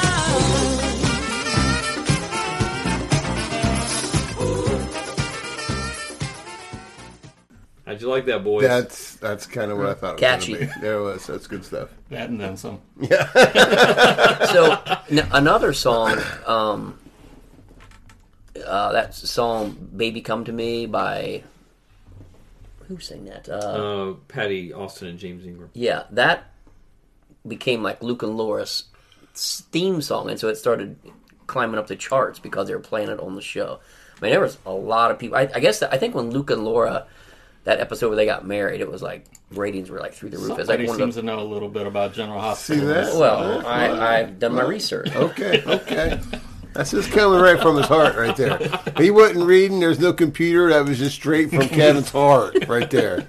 K: How'd you like that, boy?
L: That's that's kind of what I thought. It
E: Catchy.
L: Was gonna be. There it was. That's good stuff.
M: That and then some.
E: so n- another song, um, uh, that song "Baby Come to Me" by who sang that? Uh,
K: Uh, Patty Austin and James Ingram.
E: yeah, that became like Luke and Laura's theme song, and so it started climbing up the charts because they were playing it on the show. I mean, there was a lot of people. I, I guess I think when Luke and Laura. That episode where they got married, it was like ratings were like through the roof. It's like
M: Somebody
E: one of
M: seems
E: the,
M: to know a little bit about General Hospital.
L: that?
E: well, I, I've done my research.
L: Okay, okay. That's just coming right from his heart, right there. He wasn't reading. There's no computer. That was just straight from Kevin's heart, right there.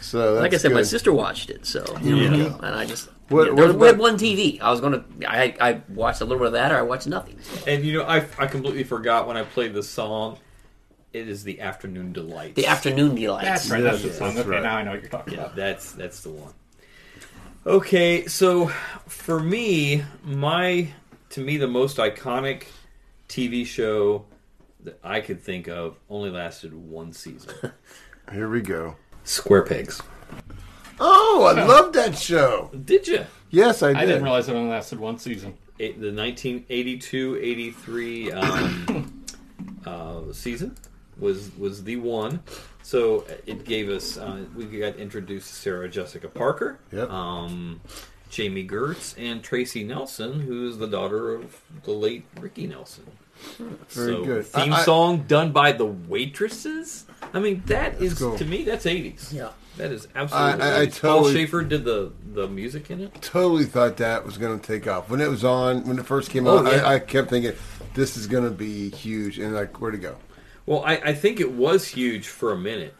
L: So that's
E: like I said, my
L: good.
E: sister watched it, so
L: Here we go.
E: Mm-hmm. and I just
L: What-
E: yeah,
L: what
E: there was- we had
L: about-
E: one TV. I was gonna, I, I watched a little bit of that, or I watched nothing.
K: And you know, I, I completely forgot when I played this song. It is the afternoon delight.
E: The afternoon delights.
M: That's right. That's the
K: Yeah,
M: song.
K: that's
M: Okay,
K: right.
M: now I know what you're talking
K: Yeah,
M: about.
K: that's that's the one. Okay, so for me, my to me the most iconic TV show that I could think of only lasted one season.
L: Here we go.
K: Square Pegs.
L: Oh, I love that show.
K: Did you?
L: Yes, I
M: I
L: did.
M: didn't realize it only lasted one season.
K: It, the 1982-83 um, uh, season was was the one. So it gave us uh, we got introduced to Sarah Jessica Parker,
L: Yep.
K: um, Jamie Gertz, and Tracy Nelson, who is the daughter of the late Ricky Nelson.
L: Very
K: So,
L: good.
K: Theme
L: I- I-
K: song done by the waitresses. I mean, that is
L: cool.
K: to me that's eighties. Yeah, that is absolutely.
L: I- I
K: 80s. Paul
L: totally-
K: Schaefer did the the music in it.
L: Totally thought that was going to take off when it was on when it first came
K: Oh,
L: out.
K: yeah.
L: I, I kept thinking this is going to be huge, and like where to go?
K: Well, I, I think it was huge for a minute,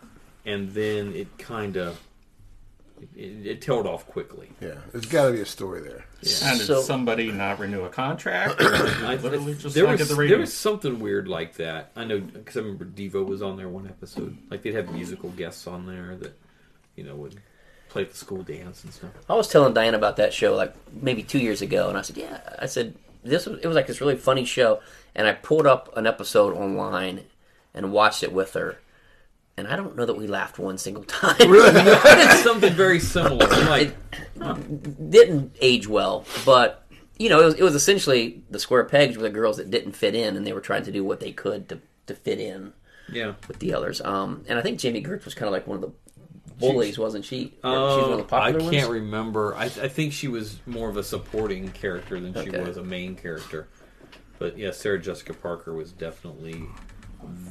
K: and then it kind of it, it tailed off quickly.
L: Yeah, there's got to be a story there.
M: And did somebody not renew a contract? Or
K: I-
M: literally just
K: there
M: like
K: was
M: at the
K: there
M: radio.
K: was something weird like that. I know because I remember Devo was on there one episode. Like they'd have musical guests on there that you know would play at the school dance and stuff.
E: I was telling Diane about that show like maybe two years ago, and I said, "Yeah." I said this was it was like this really funny show, and I pulled up an episode online and watched it with her, and I don't know that we laughed one single time.
K: something very similar. Like
E: didn't age well, but you know it was, it was essentially the square pegs were the girls that didn't fit in, and they were trying to do what they could to to fit in
K: yeah.
E: with the others. Um, and I think Jamie Gertz was kind of like one of the bullies, wasn't she? Or she was one of the
K: Oh, I
E: popular
K: can't
E: ones.
K: remember. I, I think she was more of a supporting character than she
E: Okay.
K: was a main character. But yeah, Sarah Jessica Parker was definitely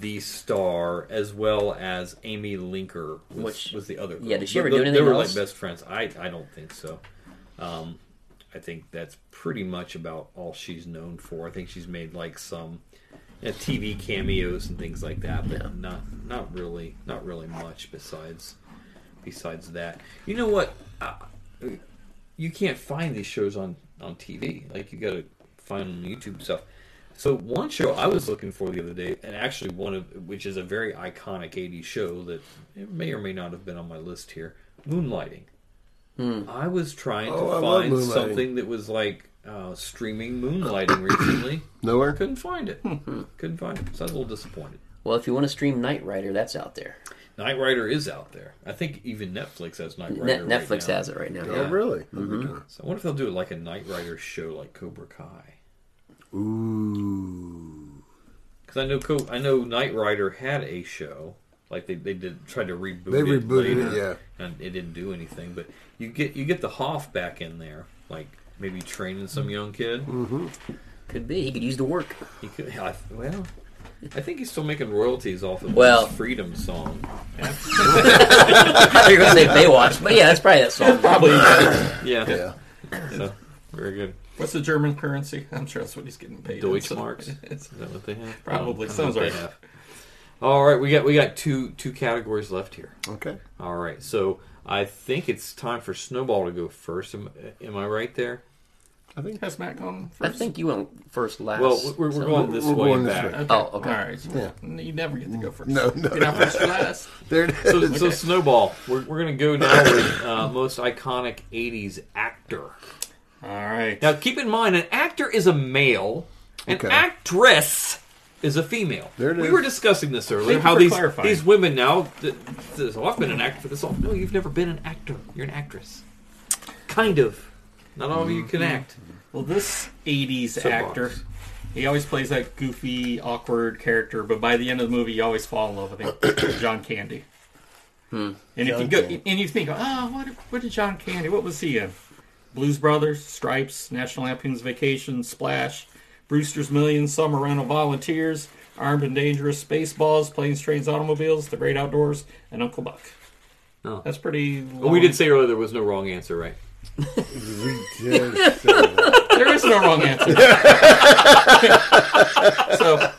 K: the star, as well as Amy Linker, was,
E: Which-
K: was the other. Girl.
E: yeah, did she ever
K: They-
E: do
K: they
E: anything
K: were
E: else?
K: like best friends. I I don't think so. Um, I think that's pretty much about all she's known for. I think she's made like some you know, TV cameos and things like that, but not not really not really much besides besides that. You know what? Uh, you can't find these shows on on TV. Like you got to find them on YouTube and stuff. So one show I was looking for the other day, and actually one of which is a very iconic '80s show that it may or may not have been on my list here, Moonlighting. I was trying
L: Hmm. Oh, I
K: to
L: love
K: find
L: Moonlighting.
K: something that was like uh, streaming Moonlighting recently.
L: Nowhere?
K: Couldn't find it. Couldn't find it. So I was a little disappointed.
E: Well, if you want to stream Knight Rider, that's out there.
K: Knight Rider is out there. I think even Netflix has Knight Rider.
E: Net-
K: right
E: Netflix
K: now.
E: has it right now.
L: Oh, really? Mhm.
K: So I wonder if they'll do it like a Knight Rider show, like Cobra Kai.
L: Ooh.
K: Because I know Co- I know Knight Rider had a show. Like they, they did tried to reboot.
L: They
K: it
L: rebooted it,
K: later, and it didn't do anything. But you get you get the Hoff back in there, like maybe training some young kid.
L: Mm.
E: Mm-hmm. Could be. He could use the work.
K: He could. I, well, I think he's still making royalties off of
E: Well-
K: his Freedom song.
E: thought you were gonna say Baywatch, but yeah, that's probably that song.
K: Probably.
M: Yeah.
K: Yeah. So, very good.
M: What's the German currency? I'm sure that's what he's getting paid. in.
K: Deutschmarks.
M: So-
K: Is that what they have? I don't know
M: Probably. Sounds
K: what
M: right.
K: they have. All right, we got we got two two categories left here.
L: Okay.
K: All right, so I think it's time for Snowball to go first. Am, am I right there?
L: I think
M: has Matt gone
E: I
M: first.
E: think you went first last.
K: Well, we're- we're going this We're way going this back. way.
E: Oh, okay.
M: All right.
K: Yeah.
M: You never get to go first.
L: No, no.
M: You're not first or last.
L: There it
K: So,
L: is.
K: so Snowball, we're, we're going to go now with uh, most iconic 80s actor.
M: All right.
K: Now, keep in mind, an actor is a male, an
L: Okay.
K: actress is a female.
L: There it
K: we
L: is.
K: were discussing this earlier,
M: Thank you
K: how
M: for
K: these,
M: clarifying.
K: these women now, th- th- oh, I've been an actor for this long. No, you've never been an actor. You're an actress. Kind of. Not all of you can act.
M: Well, this 80s
K: Soapbox.
M: actor, he always plays that goofy, awkward character, but by the end of the movie, you always fall in love with him. John Candy.
K: Hmm.
M: And if you
K: John
M: go,
K: Candy.
M: and you think, oh, what, what did John Candy? What was he in? Blues Brothers, Stripes, National Lampoon's Vacation, Splash, Brewster's Million, Summer Rental Volunteers, Armed and Dangerous, Spaceballs, Planes, Trains, Automobiles, The Great Outdoors, and Uncle Buck.
K: Oh.
M: That's pretty.
K: Well, we
M: long.
K: did say earlier there was no wrong answer, right?
M: there is no wrong answer. so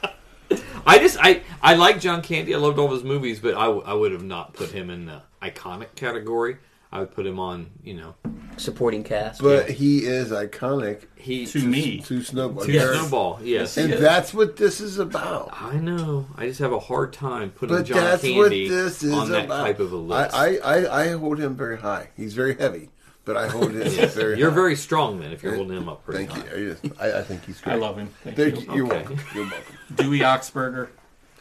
K: I just I I like John Candy. I loved all of his movies, but I, w- I would have not put him in the iconic category. I would put him on you know
E: supporting cast.
L: But he is iconic.
K: He
M: To me.
L: to Snowball.
K: To
L: Yes.
K: Snowball, yes.
L: and
K: Yes.
L: that's what this is about.
K: I know. I just have a hard time putting
L: but
K: John
L: that's
K: Candy
L: what this is
K: on that
L: about.
K: type of a list.
L: I, I, I, I hold him very high. He's very heavy, but I hold him
K: Yes.
L: very.
K: You're
L: high.
K: very strong then if you're holding him up pretty
L: Thank you. I, I think he's great.
M: I love him. Thank
L: Thank
M: you.
L: you. You're
M: Okay.
L: welcome. You're welcome.
M: Dewey Oxberger,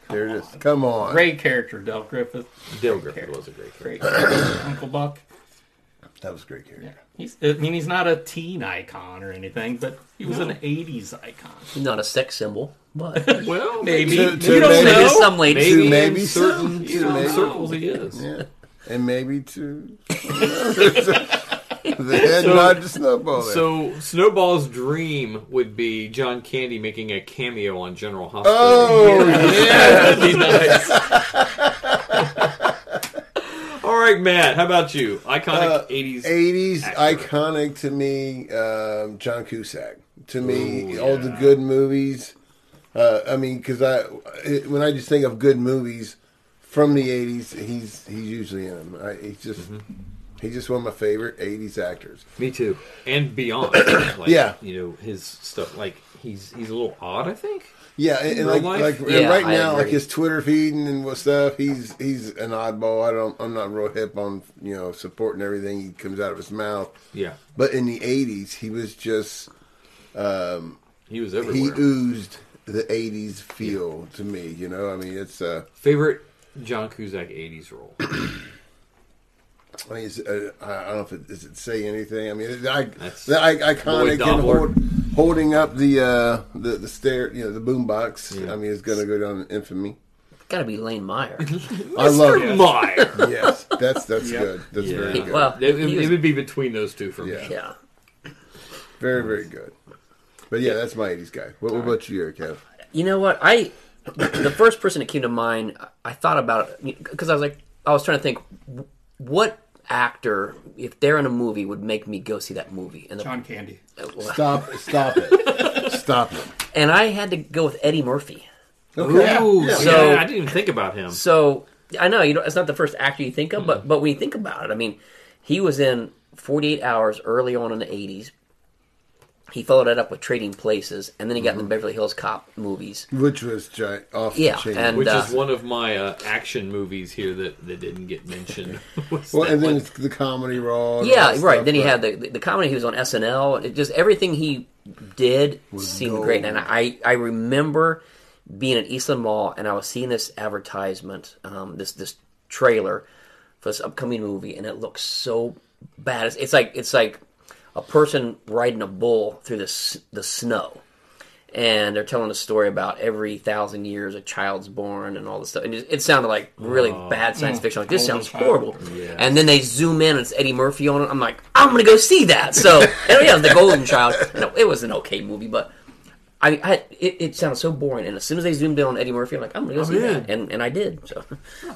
L: There it is. Come on.
M: great character. Del Griffith,
K: Dale Griffith was a great
M: great
K: character.
M: character. Uncle Buck.
L: That was a great character.
M: He's, I mean, he's not a teen icon or anything, but he was an '80s icon.
E: Not a sex symbol, but
K: well,
M: Maybe.
L: To- to
M: you don't
L: maybe-
M: know.
E: to some ladies.
K: Maybe
L: Two maybe
K: in
L: certain.
K: certain,
L: Two
K: in
L: maybe.
K: circles he is.
L: Yeah. And maybe two. the head nod to Snowball. there.
K: So Snowball's dream would be John Candy making a cameo on General Hospital.
L: Oh,
K: yeah, that'd be nice. All right, Matt. How about you?
L: Uh,
K: Iconic eighties.
L: 80s iconic to me, um, John Cusack. To me, all the good movies. Uh, I mean, because I it- when I just think of good movies from the 80s, he's he's usually in them. I, he's just
K: Mm-hmm.
L: he's just one of my favorite 80s actors.
K: Me too, and beyond. Like,
L: Yeah.
K: you know his stuff. Like he's he's a little odd. I think.
L: Yeah, and,
K: In
L: and
K: real
L: like,
K: life?
L: like and
K: Yeah,
L: right
K: I
L: now, like
K: agree.
L: his Twitter feed and what stuff, he's he's an oddball. I don't, I'm not real hip on you know supporting everything he comes out of his mouth.
K: Yeah.
L: but in the '80s, he was just um,
K: he was
L: He
K: everywhere.
L: oozed the '80s feel to me. You know, I mean, it's uh,
K: Favorite John Cusack eighties role.
L: I mean, it's, uh, I I don't know if it does it say anything. I mean, it, I,
K: That's
L: the I,
K: Lloyd
L: iconic and
K: Dobler.
L: hold, holding up the uh, the the stair, you know, the boombox. I mean, it's going to go down in infamy.
E: Got to be Lane Meyer.
L: I love it.
K: Meyer.
L: yes, that's that's good. That's very
K: Yeah.
L: good.
E: Well,
K: it, it-
E: he
K: it
E: was-
K: would be between those two for me.
L: Yeah.
E: Yeah.
L: Very very good. But yeah, that's my '80s guy. What, what about you, Eric? Kev?
E: You know what? I the first person that came to mind. I thought about it because I was like, I was trying to think what actor, if they're in a movie, would make me go see that movie. And the,
M: John Candy.
L: Stop! Stop it! Stop it!
E: And I had to go with Eddie Murphy.
K: Ooh,
E: Yeah.
L: Oh,
K: yeah,
E: So-
K: I didn't even think about him.
E: So I know you know it's not the first actor you think of, but but when you think about it, I mean, he was in Forty Eight Hours early on in the eighties. He followed that up with Trading Places, and then he got in the Beverly Hills Cop movies.
L: Which was giant off
E: Yeah,
L: the chain.
E: and,
K: which
E: uh,
K: is one of my uh, action movies here that, that didn't get mentioned. Was
L: well,
K: that
L: and then
K: one.
L: it's the comedy role. and all
E: Yeah,
L: that
E: right.
L: stuff,
E: Then he
L: but-
E: had the, the comedy. He was on SNL. and It just everything he did seemed
L: gold.
E: great. And I I remember being at Eastland Mall and I was seeing this advertisement, um, this this trailer for this upcoming movie, and it looks so bad. It's, it's like it's like a person riding a bull through the s- the snow. And they're telling a story about every thousand years a child's born and all this stuff. And it, it sounded like really bad science
M: Mm.
E: fiction. Like this
M: Golden
E: sounds
M: Child.
E: horrible.
K: Yeah.
E: And then they zoom in and it's Eddie Murphy on it. I'm like, I'm gonna go see that. So and yeah, the Golden Child. No, it was an okay movie, but I, I it, it sounds so boring. And as soon as they zoomed in on Eddie Murphy, I'm like, I'm gonna go see
K: in.
E: that. And and I did. So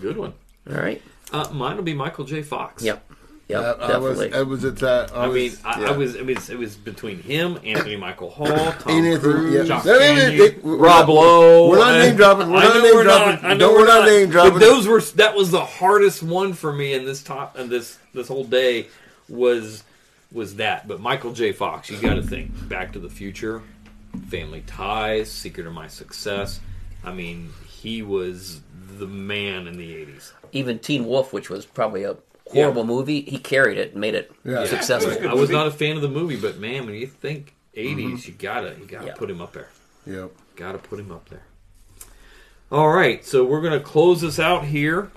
K: good one.
E: all right.
K: Uh, mine will be Michael J. Fox.
E: Yep. Yep.
L: I- I uh, was,
E: definitely.
L: I was at that. I,
K: I
L: was,
K: mean, I,
L: yeah.
K: I was it was it was between him, Anthony Michael Hall, Tom
L: Anything,
K: Cruise,
L: yeah.
M: Jock
L: No, no, no,
M: Candy,
L: they- we're
K: Rob
L: not-
K: Lowe.
L: We're not
K: and-
L: name dropping. We're
K: I
L: not
K: know
L: name dropping.
K: I
L: No,
K: know
L: we're not name dropping.
K: But those were that was the hardest one for me in this top and this this whole day was was that. But Michael J. Fox, you got to think Back to the Future, Family Ties, Secret of My Success. I mean, he was the man in the eighties.
E: Even Teen Wolf, which was probably a horrible movie, he carried it, and made it
L: Yeah. Yeah.
E: successful.
K: I was not a fan of the movie, but man, when you think 80s
L: Mm-hmm.
K: you gotta you gotta
E: Yeah.
K: put him up there.
L: Yep.
K: Got to put him up there. All right, so we're going to close this out here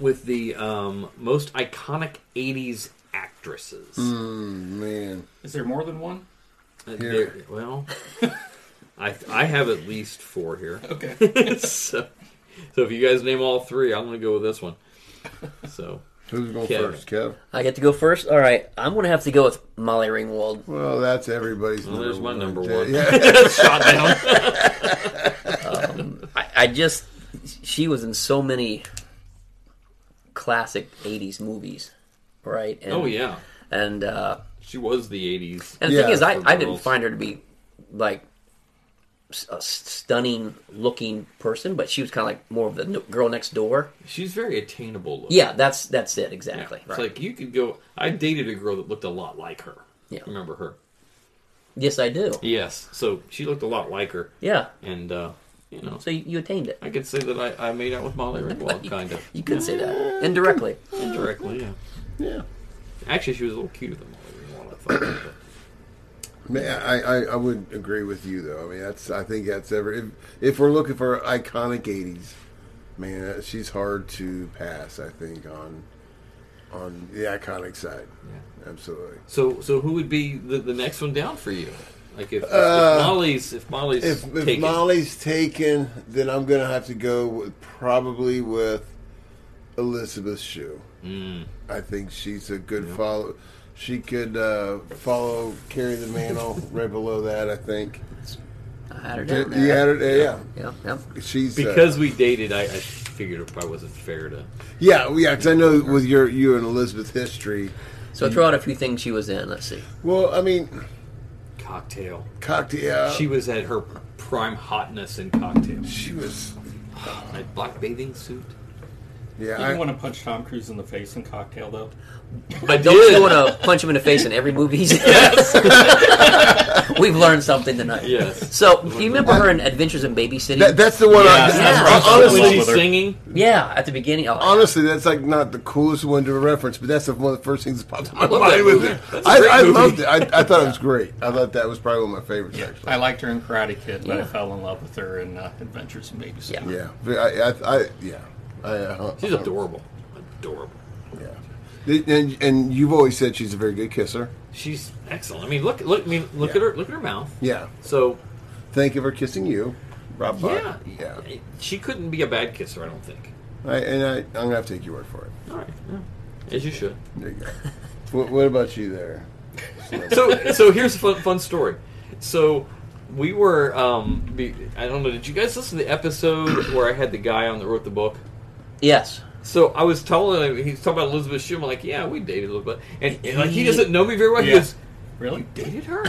K: with the um, most iconic 80s actresses.
L: Mm, Man,
M: Is there more than one?
K: Uh, there- well, I, I have at least four here.
M: Okay.
K: so, so if you guys name all three, I'm going to go with this one. So,
L: who's going
K: Kev.
L: first, Kev?
E: I get to go first. All right, I'm gonna have to go with Molly Ringwald.
L: Well, that's everybody's.
K: well, there's my number
L: Yeah,
K: one.
L: Yeah.
K: Shot down.
E: I, I just she was in so many classic '80s movies, right? And,
K: Oh, yeah.
E: and uh,
K: She was the 80s.
E: and the
L: Yeah,
E: thing is, I,
K: for
E: I didn't
K: girls.
E: find her to be like s- a s- stunning looking person, but she was kind of like more of the n- girl next door.
K: She's very attainable. Looking.
E: Yeah, that's that's it
K: Yeah,
E: exactly.
K: It's
E: right.
K: like you could go. I dated a girl that looked a lot like her.
E: Yeah.
K: Remember her?
E: yes, I do.
K: Yes. So she looked a lot like her.
E: Yeah.
K: And, uh, you know,
E: So you, you attained it.
K: I could say that I, I made out with Molly Ringwald, kind of.
E: You could say that indirectly.
K: Indirectly, yeah.
L: yeah.
K: Actually, she was a little cuter than Molly Ringwald, I thought. but-
L: Man, I, I, I would agree with you though. I mean, that's I think that's ever if, if we're looking for iconic '80s, man, uh, she's hard to pass. I think on on the iconic side,
K: Yeah.
L: absolutely.
K: So, so who would be the, the next one down for you? Like, if, if
L: Uh,
K: Molly's, if Molly's
L: If, if
K: taken.
L: Molly's taken, then I'm gonna have to go with, probably with Elizabeth Shue.
K: Mm.
L: I think she's a good follow. She could uh, follow carry the mantle right below that. I think.
E: I had her
L: You
E: down there.
L: had her, yeah.
E: Yeah, yeah.
L: She's uh,
K: because we dated. I, I figured it probably wasn't fair to.
L: Yeah, well, yeah, because I know with your you and Elizabeth history.
E: So throw out a few things she was in. Let's see.
L: Well, I mean,
K: cocktail.
L: Cocktail.
K: She was at her prime hotness in cocktail.
L: She was.
K: A black bathing suit.
L: Yeah,
M: You
K: I-
M: want to punch Tom Cruise in the face in Cocktail, though.
E: But don't you want to punch him in the face in every movie he's in? We've learned something tonight.
K: Yes.
E: So, do you remember her in Adventures in Babysitting?
L: That- that's the one I- Yes, that's I- right. honestly- When she's
K: singing?
E: Yeah, at the beginning. Oh,
L: honestly, that's like not the coolest one to reference, but that's the one of the first things that popped in my
M: I love
L: mind
M: that
L: with
M: movie.
L: it.
M: That's a
L: I,
M: great
L: I
M: movie.
L: loved it. I, I thought it was great. I thought that was probably one of my favorites. Actually,
M: I liked her in Karate Kid, but
L: Yeah.
M: I fell in love with her in uh, Adventures in Babysitting.
L: yeah, But I, I, I yeah, I, uh,
K: She's adorable. Adorable.
L: Yeah. And, and you've always said she's a very good kisser.
K: She's excellent. I mean, look, look. I mean, look
L: Yeah.
K: at her. Look at her mouth.
L: Yeah.
K: So,
L: thank you for kissing you,
K: Yeah.
L: Rob. Bott. yeah.
K: She couldn't be a bad kisser. I don't think.
L: I, and I, I'm gonna have to take your word for it.
K: All right. As you should.
L: There you go. what, what about you there?
K: so so here's a fun, fun story. So we were um, be, I don't know. Did you guys listen to the episode where I had the guy on that wrote the book?
E: Yes.
K: So I was telling him he was talking about Elizabeth Shue. I'm like, yeah, we dated a little bit, and, and like he
M: He-
K: doesn't know me very well. He
M: Yeah.
K: goes,
M: really
K: dated her?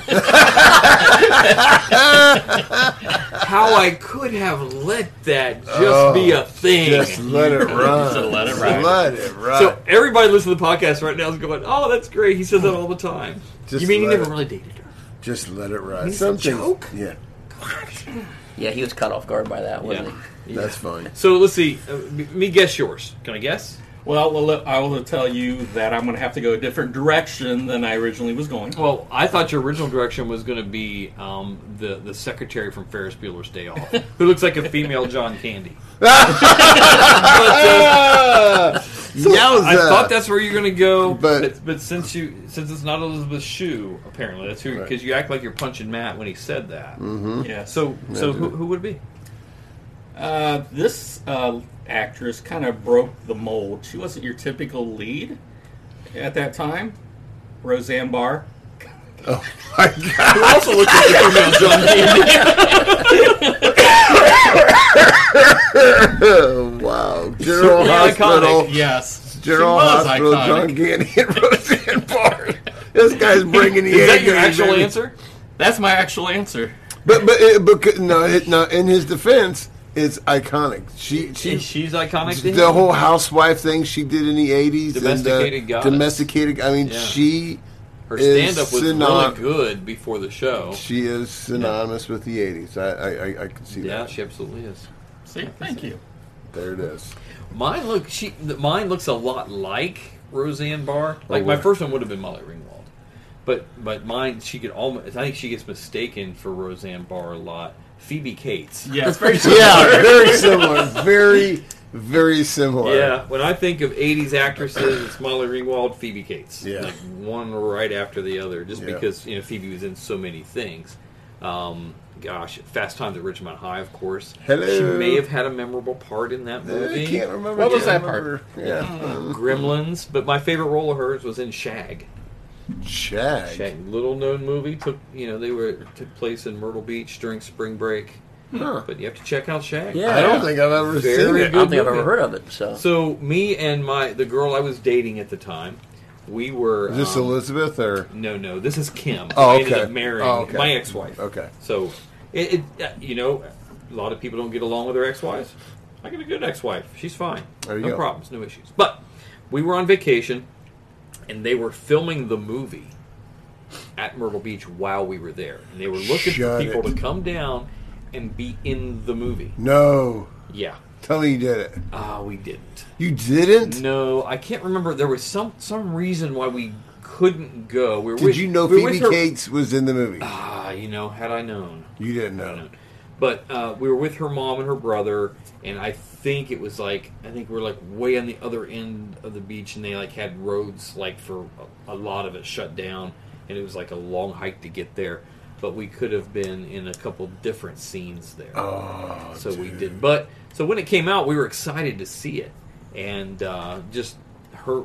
K: How I could have let that just
L: Oh,
K: be a thing.
L: just let it run.
K: Just
L: Let it ride. Let it ride.
K: So everybody listening to the podcast right now is going, "Oh, that's great." He says that all the time.
L: Just
K: you mean he
L: let
K: never
L: it-
K: really dated her?
L: Just let it ride.
K: It's a
L: Some things-
K: joke?
L: Yeah,
E: Yeah, he was caught off guard by that, wasn't
L: that's fine.
K: So let's see. Uh, m- me guess yours. Can I guess?
M: Well, well, look, I will tell you that I'm going to have to go a different direction than I originally was going.
K: Well, Oh, I thought your original direction was going to be um, the the secretary from Ferris Bueller's Day Off, who looks like a female John Candy. But, uh, so I
L: Yowza.
K: thought that's where you're going to go, but, but since you since it's not Elizabeth Shue, apparently that's who because you act like you're punching Matt when he said that.
L: Mm-hmm.
M: Mhm. Yeah.
K: So so who, who would it be?
M: Uh, this uh, actress kind of broke the mold. She wasn't your typical lead at that time. Roseanne Barr.
K: Who also looks like a female John Candy?
L: wow, General
K: Certainly
L: Hospital.
K: iconic, yes.
L: General
K: She was
L: Hospital.
K: iconic.
L: John Gandy and Roseanne Barr. This guy's bringing the.
M: Is that
L: A
M: your
L: game,
M: actual
L: baby.
M: answer? That's my actual answer.
L: But but it, but c- no it, no. In his defense, it's iconic. She she
K: Is she's iconic to
L: The
K: him?
L: whole housewife thing she did in the eighties.
K: Domesticated
L: and, uh,
K: goddess.
L: Domesticated. I mean,
K: Yeah.
L: she.
K: Her
L: is
K: stand up was
L: synony-
K: really good before the show.
L: She is synonymous with the eighties. I, I I I can see
K: Yeah,
L: that.
K: she absolutely is.
M: See, thank you.
L: There it is.
K: Mine look she th- mine looks a lot like Roseanne Barr. Like my
L: wow.
K: first one would have been Molly Ringwald, but but mine she could almost. I think she gets mistaken for Roseanne Barr a lot. Phoebe Cates.
M: Yeah, it's very
L: Yeah, very similar. Very very similar.
K: Yeah, when I think of '80s actresses, it's Molly Ringwald, Phoebe Cates.
L: Yeah.
K: like one right after the other, just
L: Yeah.
K: because you know Phoebe was in so many things. Um, gosh, Fast Times at Ridgemont High, of course.
L: Hello.
K: She may have had a memorable part in that movie.
L: I can't remember.
M: What was
L: Can't
M: that part?
L: remember. Yeah.
K: Gremlins, but my favorite role of hers was in Shag.
L: Shag.
K: Shag, little known movie. Took you know they were took place in Myrtle Beach during spring break.
L: Huh.
K: But you have to check out Shag.
E: Yeah. I don't
L: think I've ever
K: Very
L: seen it.
K: good
E: I don't think I've
K: movie.
E: ever heard of it. So,
K: So me and my the girl I was dating at the time, we were.
L: Is this
K: um,
L: Elizabeth or?
K: No, no, this is Kim.
L: Oh,
K: I ended
L: okay.
K: up marrying
L: Oh, okay.
K: my ex-wife.
L: Okay.
K: So it, it uh, you know a lot of people don't get along with their ex-wives. I got a good ex-wife. She's fine.
L: There you
K: no
L: go.
K: problems, no issues. But we were on vacation, and they were filming the movie at Myrtle Beach while we were there, and they were looking
L: Shut
K: for people
L: it.
K: to come down and be in the movie.
L: No.
K: Yeah.
L: Tell me you did it.
K: Ah, we didn't.
L: You didn't.
K: No, I can't remember. There was some some reason why we couldn't go. We were
L: Did
K: with-
L: you know
K: we were with
L: Phoebe
K: her-
L: Cates was in the movie?
K: Ah, you know, had I known.
L: You didn't
K: I
L: know.
K: don't know. But uh, we were with her mom and her brother, and I think it was like I think we were like way on the other end of the beach, and they like had roads like for a, a lot of it shut down, and it was like a long hike to get there. But we could have been in a couple different scenes there,
L: Oh,
K: so we did. But so when it came out, we were excited to see it, and uh, just her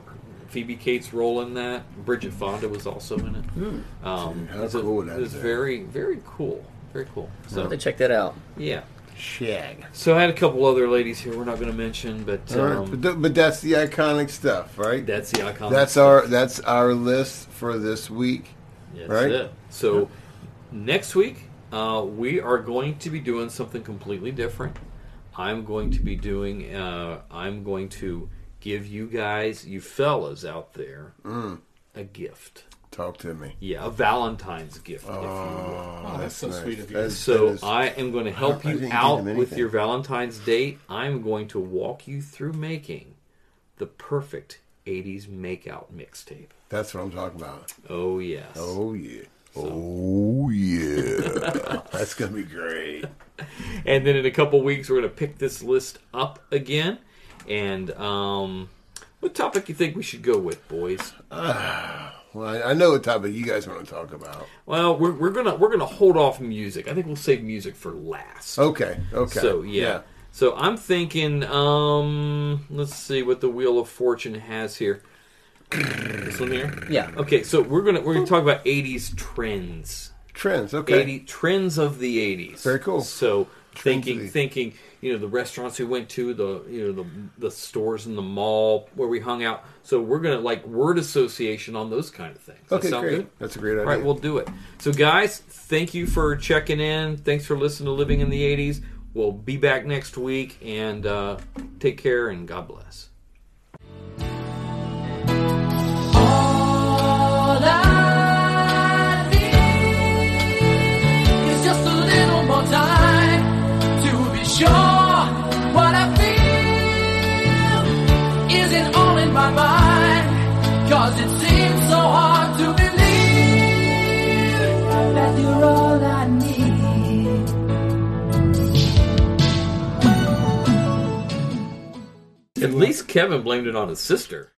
K: Phoebe Cates' role in that. Bridget Fonda was also in it.
L: Hmm.
K: Um,
L: How
K: it's a-
L: cool would that
K: it's
L: be?
K: very very cool. Very cool.
E: I'll have to check that out.
K: Yeah.
L: Shag.
K: So I had a couple other ladies here. We're not going to mention, but
L: All right,
K: um,
L: but, th- but that's the iconic stuff, right?
K: That's the iconic
L: That's
K: stuff.
M: Um,
L: our that's our list for this week,
K: That's
L: right?
K: it. So next week, uh, we are going to be doing something completely different. I'm going to be doing. Uh, I'm going to give you guys, you fellas out there,
L: Mm.
K: a gift.
L: Talk to me.
K: Yeah, a Valentine's gift, if you will.
M: Oh, that's so sweet of you.
L: That's-
K: So
L: that is-
K: I am going to help
L: I
K: you
L: didn't
K: out
L: give him
K: with your
L: anything.
K: Valentine's date. I'm going to walk you through making the perfect 80s makeout mixtape.
L: That's what I'm talking about.
K: Oh yes.
L: Oh yeah. Oh yeah. that's gonna be great.
K: And then in a couple weeks, we're going to pick this list up again. And um, what topic you think we should go with, boys?
L: Well, I, I know what topic you guys want to talk about.
K: Well, we're, we're gonna we're gonna hold off music. I think we'll save music for last.
L: Okay. Okay.
K: So yeah. So I'm thinking. Um, let's see what the Wheel of Fortune has here. This one here.
E: Yeah.
K: Okay. So we're gonna we're gonna talk about '80s trends.
L: Trends. Okay.
K: 80 trends of the 80s
L: Very cool.
K: so
L: of
K: thinking
L: the-
K: thinking you know the restaurants we went to the you know the the stores in the mall where we hung out so we're gonna like word association on those kind of things Does that
L: Okay.
K: sound
L: Great.
K: good
L: That's a great idea.
K: all right we'll do it so guys thank you for checking in thanks for listening to living in the 80s we'll be back next week and uh, take care and god bless
J: All I need is just a little more time to be sure what I feel isn't all in my mind. 'Cause it seems so hard to believe that you're all I need.
K: at least kevin blamed it on his sister